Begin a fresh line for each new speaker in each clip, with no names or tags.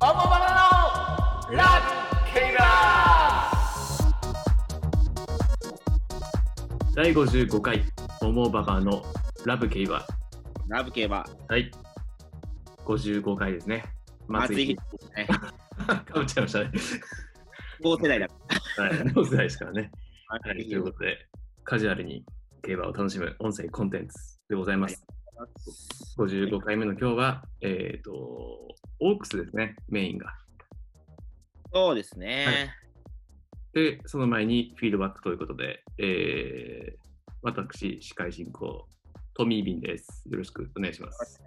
オモバナのラブケイラ
第55回、モモババのラブ競馬。
ラブ競馬、
はい。55回ですね。
松井秀喜
日。
ですね。
かぶっちゃいましたね。
同世代だか
はい。同世代ですからね。
ら。
はい。ということで、カジュアルに競馬を楽しむ音声コンテンツでございます。55回目の今日は、えっ、と、オークスですね、メインが。
そうですね。
で、その前にフィードバックということで、えー、私、司会進行、トミー・ビンです。よろしくお願いします。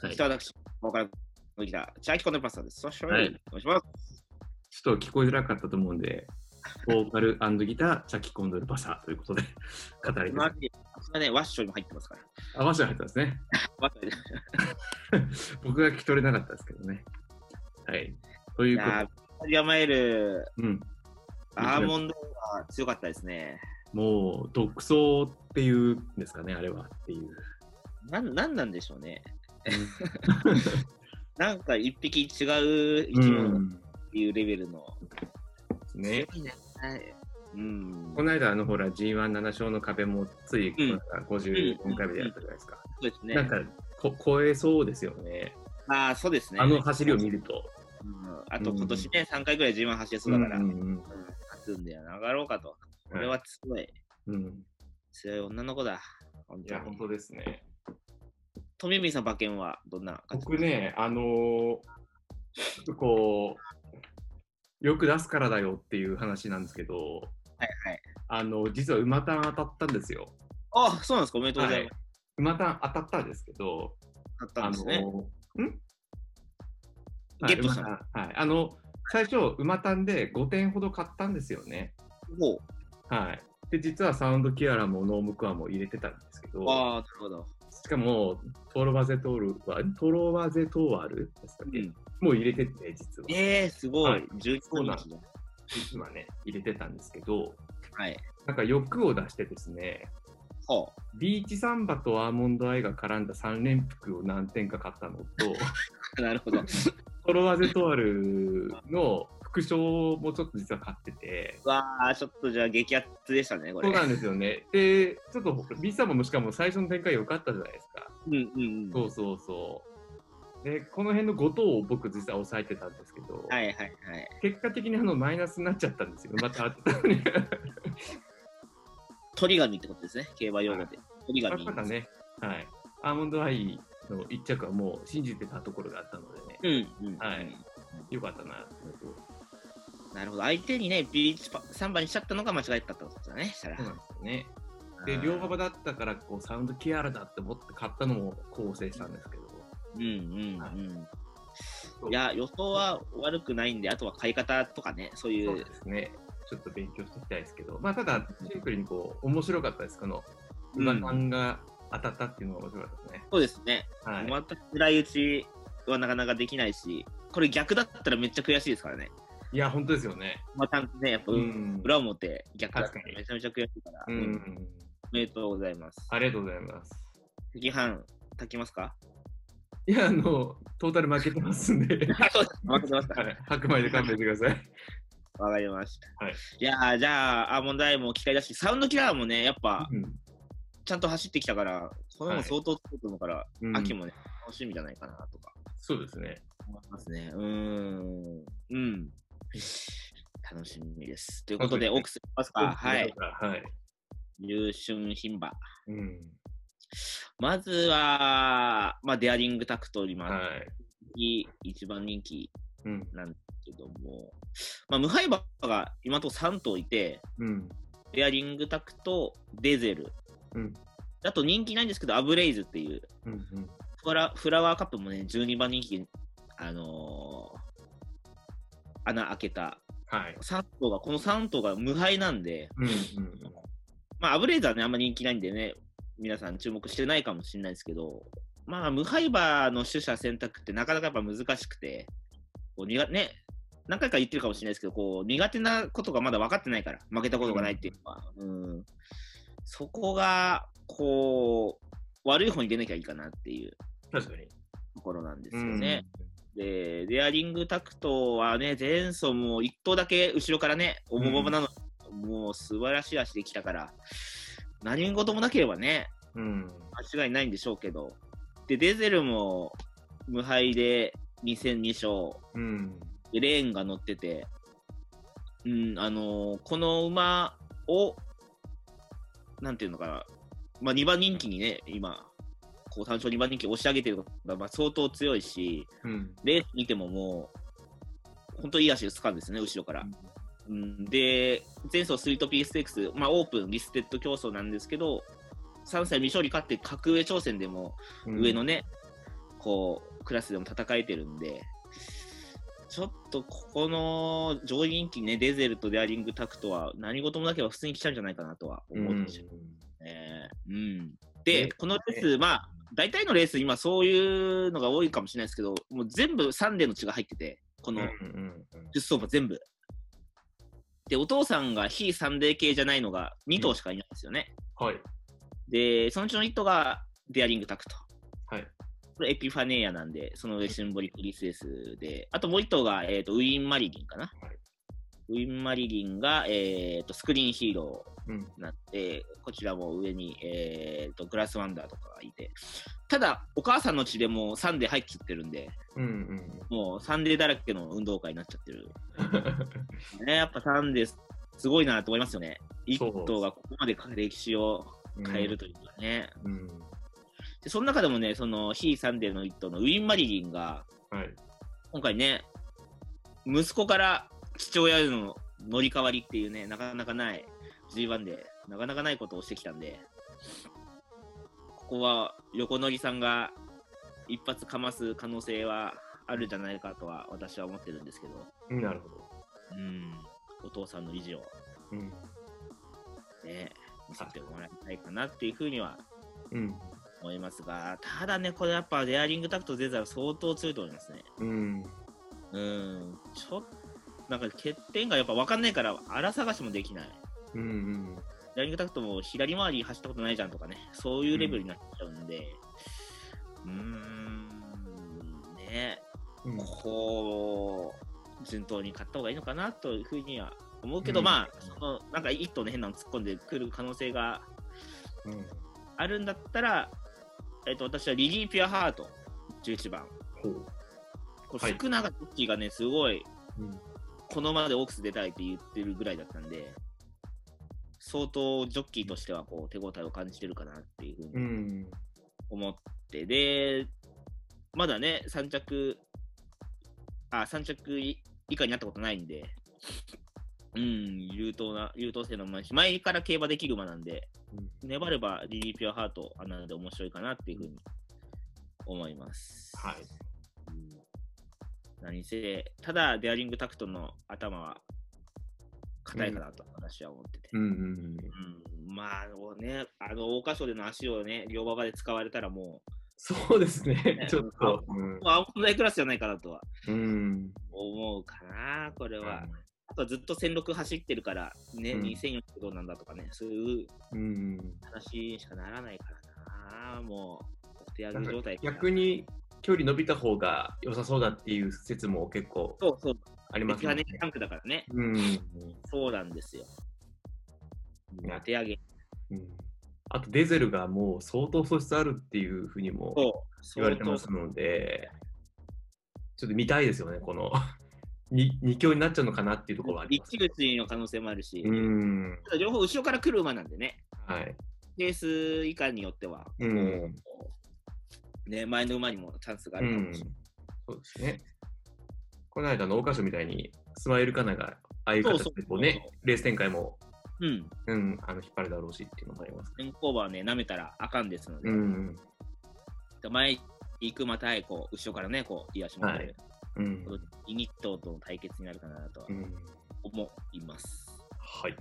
はい。ち
北
ょっ
私、ボーカルのギター、チャーキコンテンパスタです。そして、お
は
願
い
いします。
と聞こえづらかったと思うんで、ボーカルギター、チャキコンドルパサーということで、語り
マ
ます。
ジで、それはね、ワッショイも入ってますから。
合わせ入ったんですね。
ワッショイで
僕が聞き取れなかったですけどね。はい。とい
いう
こと
や
で
ー、ビアマイル、
うん、
アーモンドが強かったですね。
もう、独走っていうんですかね、あれはっていう。
なん、なんなんでしょうね。なんか一匹違う生
う
き物っ
ん。
ていうレベルの。
ね。
強いね。はいうん。
こ
そ
の間、あの、ほら、G17 勝の壁もつい、
うん
なんか54回目でやったじゃないですか。
うですね。
なんかこ、超えそうですよね。
ああ、そうですね。
あの走りを見ると。
うんあと今年ね、3回ぐらい G1 走れそうだから、
う
うんん
うん
勝つんだよな、上がろうかと。これは強い、
うんうん。
強い女の子だ。本
いや、
当
本
に。
当ですね。
トミミさん馬券はどんな感じ
僕ね、あのーちょっとこう、よく出すからだよっていう話なんですけど、
はいはい。
あの、実は馬単当たったんですよ。
あそうなんですか。おめでとうございます。
馬単当たったんですけど、
買ったんですね。
あのん
ゲットした
はい、馬単はい。あの、最初、馬単で5点ほど買ったんですよね。
ほ
はい。で、実はサウンドキュアラもノームクアも入れてたんですけ
う
ど、
ああ、なるほど。
しかも、トロワゼトールは、トロワゼトーアルですか
う
ね、
ん、
もう入れてて、実は。
えー、すごい。
はい
11
そうなん
日だ。
実はね、入れてたんですけど、
はい。
なんか欲を出してですね、
ほ
ビーチサンバとアーモンドアイが絡んだ3連服を何点か買ったの と、
う。なる ほど。
トロワゼトールの副賞もちょっと実は買ってて、
わあ、ちょっとじゃあ激アツでしたね、これ。
そうなんですよね。で、ちょっとビーチサンバもしかも最初の展開良かったじゃないですか。
うんうんうん。
そうそうそう。で、この辺の5等を僕実は抑えてたんですけど、
はいはいはい。
結果的にあのマイナスになっちゃったんですよ。また当たったのに。
鳥神ってことですね、競馬用語で。鳥
ま
神。
さかね、はい。アーモンドアイの1着はもう信じてたところがあったのでね、
うんうん。
はいよかったなと思って。
なるほど。相手にね、ビーチパサンバにしちゃったのが間違えたってことだね、したら
そう。なんですよね。で、両馬場だったから、こう、サウンドキアラだって思って買ったのも構成したんですけど、
うんうん
そ
うん。
う
いや、予想は悪くないんで、あとは買い方とかね、そうい
そう
う。
ですね。ちょっと勉強していきたいですけど、まあ、ただ、シンプルにこう、面白かったです。この、
うん
馬感が当たったっていうのが面白かったですね。
そうですね。
はい。
また狙い撃ちはなかなかできないし、これ逆だったらめっちゃ悔しいですからね。
いや、本当ですよね。
またね、やっぱ、
うん
裏表逆だった
確からに
めちゃめちゃ悔しいから、
う
うん
ん。
おめでとうございます。
ありがとうございます。
次半炊きますか
いや、あの、トータル負けてますんで、
あそう です。負けてますか
はい白米で勘弁してください。
わかりました。
はい、
いやー、じゃあ、アーモンドアイも機会だし、サウンドキラーもね、やっぱ、ちゃんと走ってきたから、このも相当強いと思うから、
うん
秋もね、楽しみじゃないかなとか
そうですね。
思いますね。うーん。うん。楽しみです。ということで、
楽しみ
オークス行きますか。はい。。
はい。
優春牝馬。
うん。
まずは、まあ、デアリングタクト今、
はい。
一番人気
うん。
なんですけども、まあ、無敗馬が今のところ3頭いて、
うん。
デアリングタクト、デゼル。
うん。
あと人気ないんですけど、アブレイズっていう、
うん。うん
フラフラワーカップもね、12番人気、あのー穴開けた
はい。
3頭が、この3頭が無敗なんで、
うん。
まあ、アブレイズはね、あんまり人気ないんでね、皆さん注目してないかもしれないですけど、まあ、無敗馬の取捨選択ってなかなかやっぱ難しくて、こう苦ね、何回か言ってるかもしれないですけど、こう苦手なことがまだ分かってないから、負けたことがないっていうのは、うん、そこが、こう、悪い方に出なきゃいいかなっていう
確かに。
ところなんですよね。。で、デアリングタクトはね、前走も1頭だけ後ろからね、おもぼぼなの、もう素晴らしい足できたから、何事もなければね、
うん。
間違いないんでしょうけど、で、デゼルも無敗で2戦2勝、
うん。
でレーンが乗ってて、うん、あのーこの馬を、なんていうのかな、まあ、2番人気にね、今、こう単勝2番人気押し上げてるのが、まあ、相当強いし、
うん。
レース見てももう、本当いい足をつかんですね、後ろから。うん、で、前走スイートピーステークス、まあ、オープン、リステッド競争なんですけど、3歳未勝利勝って格上挑戦でも
うん
上の。ね、こう、クラスでも戦えてるんで、ちょっとここの上位人気ね、デゼルとデアリングタクトは何事もなければ普通に来ちゃうんじゃないかなとは
う
思っ
ん
てしまうね。うん。で、
ね
このレース、まあ、大体のレース、今そういうのが多いかもしれないですけど、もう全部サンデーの血が入ってて、こ
うん
の
うん
10相場全部。で、お父さんが非サンデー系じゃないのが2頭しかいないんですよね。
はい。
で、そのうちの1頭がデアリングタクト。
はい。
これエピファネーアなんで、その上シンボリックリスエスで、あともう1頭が、えー、とウィーン・マリリンかな。
はい
ウィーン・マリリンが、えー、とスクリーンヒーロ
うん。
ーなんで、こちらも上に、えー、とグラスワンダーとかがいて、ただ、お母さんの血でもうサンデー入っちゃってるんで、
うんうん。
もうサンデーだらけの運動会になっちゃってる。ね、やっぱサンデーすごいなと思いますよね。
そう
1頭がここまで歴史を変えるというかね。
うん。
で、その中でもね、その、非サンデーの一頭のウィン・マリリンが、
はい。
今回ね、息子から父親への乗り換わりっていうね、なかなかない、G1 で、なかなかないことをしてきたんで、ここは横乗りさんが一発かます可能性はあるんじゃないかとは私は思ってるんですけど、
なるほど。
うん、お父さんの意地を
うん。
ね、見せてもらいたいかなっていうふうには
うん。
思いますが、ただね、これやっぱデアリングタクトゼザル相当強いと思いますね。
うん。
うん、ちょっと、なんか欠点がやっぱ分かんないから、荒探しもできない。
うんうん。
ランニングタクトも左回り走ったことないじゃんとかね、そういうレベルになっちゃうんで、うーん、ね、
うん
こう、順当に買った方がいいのかなというふうには思うけど、
うん
まあ、その、なんか一頭ね、変なの突っ込んでくる可能性が
うん
あるんだったら、えっ、と、私はリリー・ピュアハート、11番。
ほう。
こ
は
れ、
い
福永ジョッキーがね、すごい
うん
このままでオークス出たいって言ってるぐらいだったんで、相当ジョッキーとしてはこう手応えを感じてるかなっていうふう
う
に
ん。
思って、で、まだね、3着、あ、3着い以下になったことないんで、うん、優等な、優等生の馬だし、前から競馬できる馬なんで、
うん
粘ればリリーピュアハート、あなので面白いかなっていうふうに思います。
はい。
何せ、ただ、デアリングタクトの頭は硬いかなと私は思ってて。
うんうんうん。
うんまあ、あのね、あの、桜花賞での足をね、両馬場で使われたらも
そうですね
ね。
ちょっと。うん
う、。まあ、危ないクラスじゃないかなとは
うん。
思うかな、これは。
うん
あとはずっと戦力走ってるから、ね、
うん
2004どうなんだとかね、そういう
うん。
話にしかならないからな、もう、お手上
なん
げ
か
状態かな
逆。に距離伸びた方が良さそうだっていう説も結構
そうそう、
あり
メ
ます
キ
も
ハ
ん
ネタンクだからね、
うん。
そうなんですよ。
ね
お手上げ
うんあとデゼルがもう相当素質あるっていうふうにも
そう、
言われてますので、ちょっと見たいですよね、この に二強になっちゃうのかなっていうところはあります
一。口の可能性もあるし、
うん。
ただ両方後ろから来る馬なんでね、
はい。
ペース以下によっては、
うん。
ね、前の馬にもチャンスがあ
う
るかも
ん
しれない。。
そうですね。この間の桜花賞みたいに、スマイルカナがああいう形でこう
そうそう
ね
そう、
レース展開も、
うん。
うん、あの引っ張るだろうしっていうのもあります。
先行馬はね、舐めたらあかんですので、
うん。
前行くまたい、こう、後ろからね、こう、癒しも
はいうん
こ。のイニットとの対決になるかなとは
うん、
思います。
はい。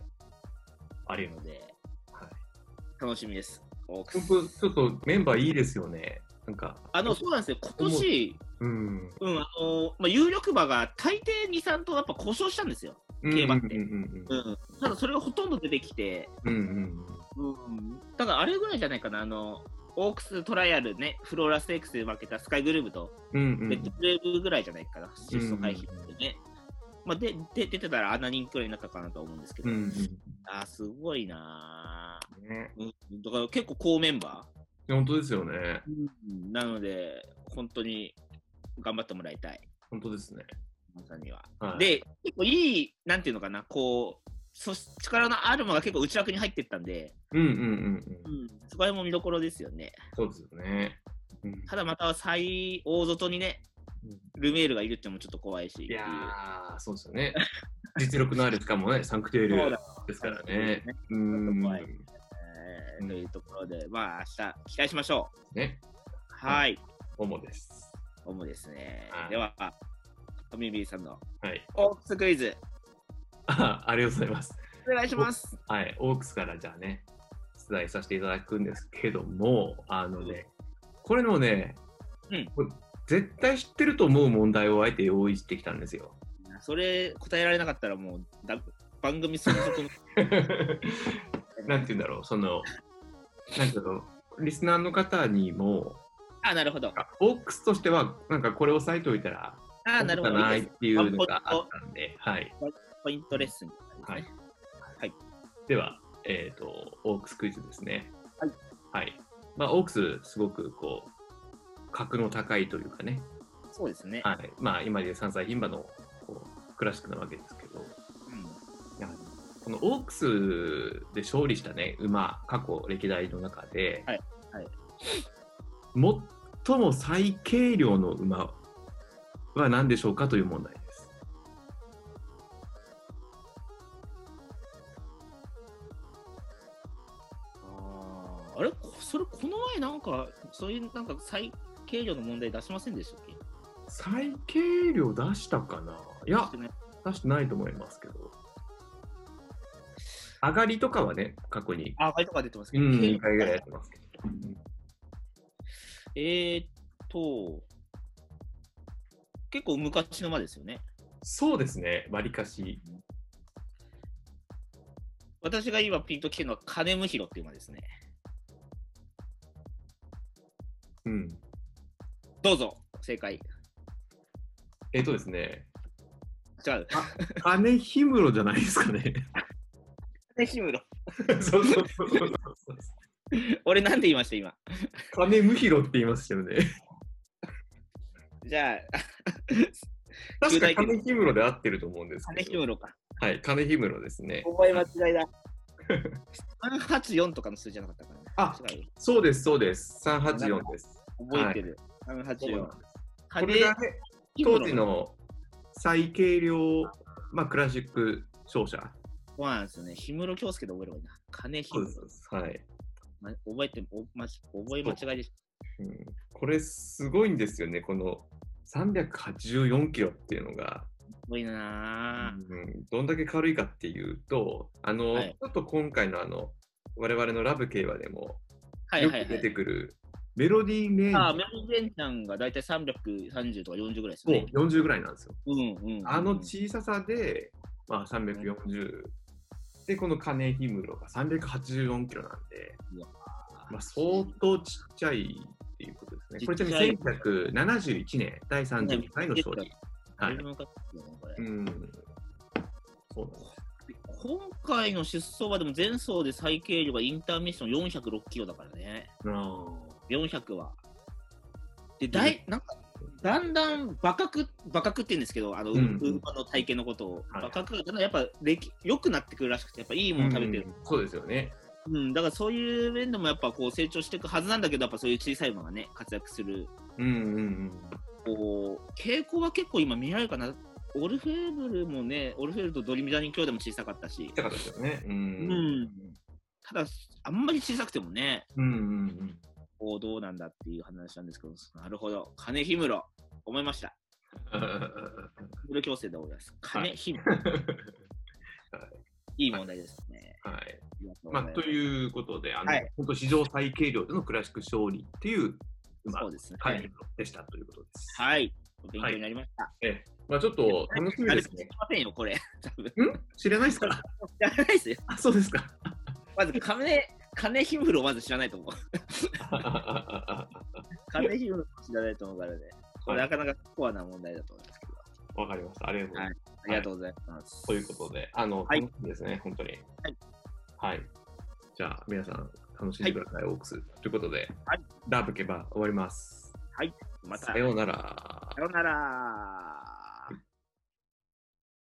ありが
な
と
ので、
う。はい
楽しみです。オーク
本
ス
当ちょっとメンバーいいですよね。なんか。
あの、そうなんですよ、今年、
うん。
うん、あの、まあ、有力馬が大抵2、3とやっぱ故障したんですよ。競馬って
うん
うん。ただ、それがほとんど出てきて、
うんうん。うんうんうん。
うん、だからあれぐらいじゃないかな、あの、オークストライアルね、フローラス X で負けたスカイグルーブと、
うんう
レッド
ん。
ブレイブぐらいじゃないかな、出走回避ってね。まあ、でで出てたらあんな人気くらいになったかなとは思うんですけ
う
ど、
んうん
あーすごいな
ね、
ー、うん、だから結構高メンバ
本当ですよね。
ー、なので、本当に頑張ってもらいたい、
本当ですね。
皆さんには。
はい、
で、結構いい、なんていうのかな、こう、そ力のあるものが結構内枠に入ってったんで、
うんうんうんうん。
そこら辺も見どころですよね。
そうですよね。うん
ただまた最大外にね、ルメールがいるってのもちょっと怖いし。
いやー、そうです よね。実力のあるしかもね、サンクテュエ
そう
ル
だ
ですからね。
ち
うー
ょっと
ん。
怖いえーというところで、まあ明日期待しましょう。
ね、
はい。
オモです。
オムですね
は。い
では、トミービーさんの
はい。
オークスクイズ、
あありがとうございます。
お願いします。
はい、オークスからじゃあね、出題させていただくんですけども、あのね、これのね、
うん
これ絶対知ってると思う問題をあえて用意してきたんです よ。
それ答えられなかったらもうだ番組存続 の。
なんて言うんだろう、その、なんて言うんだろう、リスナーの方にも、
あ、なるほど。
あオークスとしては、なんかこれ押さえておいたら、
あ、なるほ
いいんじゃ
ど。
ないい
い
っ
です
ていうのがあったんで、はい。
ポイントレッスンみたいな
は
で
い
すね。
では、えっ、と、オークスクイズですね。
はい。
はい。まあ、オークス、すごくこう、格の高いというかね、
そうですね。
はい。まあ、今で3歳牝馬のこうクラシックなわけですけど、
うん
このオークスで勝利したね、馬、過去歴代の中で、
はいはい
最も最軽量の馬は何でしょうかという問題です。
あーあれこそれこの前なんかそういうなんか最軽量の問題出しませんでしたっけ
最軽量出したかないや
して、ない
出してないと思いますけど。上がりとかはね、過去に。
あ、回とか出てますけ
う
ど、
ん、
軽量
2回ぐらいやってますけど。
えー、っと、結構昔の間ですよね。
そうですね、わりかし。
私が今ピンときてるのは金ムヒロっていう馬ですね。
うん。
どうぞ、正解。
えっとですね、
違う。
金氷室じゃないですかね。
金ヒムロ。
そうそうそうそう。
俺なんて言いました、今。
金無広って言いましたよね。
じゃあ、
確か金氷室で合ってると思うんです
金
け
ヒ
ど。
ムロか。
はい、金氷室ですね。
覚え間違いだ。384とかの数字じゃなかったかな。
あ
違う。
そうです、そうです。384です。
覚えてる。384。
これがね、
金ヒム
当
ロ
時の最軽量、まあ、クラシック勝者。
そうなんですよね。氷室京介で覚えればいいな。金
そう
氷
です
室
そう。です。はい。
ま覚えてお、まじ、覚え間違いでし
うんこれ、すごいんですよね。この384キロっていうのが。
た。多いなぁ。
うん、どんだけ軽いかっていうと、あの、
はい
ちょっと今回のあの、我々のラブ競馬でも、
はい
よ
はい
く
は
出て
い。
くるメロディーメイン
ああ、メロディンちゃんがだいたい330とか40ぐらいです
そう
ね。
40ぐらいなんですよ。
うんうんうん。
あの小ささで、まあ、340。で、この金氷室が384キロなんで
うわ、
まあ、相当ちっちゃいっていうことですね。これちな
ち
み
っ
に1971年、第32回の勝利。
だ
はいい
ぶ。昔ですよねこれ
うん。そうなんです。
今回の出走馬でも前走で最軽量がインターミッション406キロだからね。
あ
400は。で、だい、なんか、だんだん馬角、馬角って言うんですけど、あの、
うんうん
馬の体型のことを。
はい
馬角がだんだんやっぱ、でき、良くなってくるらしくて、やっぱいいもの食べてる。
うんそうですよね。
うん、だからそういう面でもやっぱこう成長していくはずなんだけど、やっぱそういう小さい馬がね、活躍する。
うんうんうん。
こう、傾向は結構今見られるかな。オルフェーブルもね、オルフェーブルとドリミダニ兄弟も小さかったし
行き、たかったですよね。う。
うんん。ただ、あんまり小さくてもね、
うんうん
こうどうなんだっていう話なんですけど、なるほど。金氷室、思いました。
うん。
無料強制でございます。
はい
金、ひも いい問題ですね。
はい。
ありがとうご
ま
ざ
あ、
います
ということで、あの、
はい
本当史上最軽量でのクラシック勝利っていう、まあ
そう、ですね。
会議でしたということです。
はい。お勉強になりました。
ええまあ、ちょっと楽しみ
あ
で
れ、
す
知
ね
り。ませんよ、これ。多分。
ん知らないですか
知らないですよ。
あ、そうですか。
まず、金、金ひむろまず知らないと思う。風邪ひくのかもしれないと思うからね。これ
は
ないかなかコアな問題だと思いますけど。
わかりました。ありがとうございます。
ありがとうございます。
ということで、あの、
はい
楽しみですね、本当に。
はい。
はい。
じゃあ、皆さん、楽しんでください、オークス。ということで、
はい
ダーブケバー終わります。
また、さ
さようなら。
ようなら。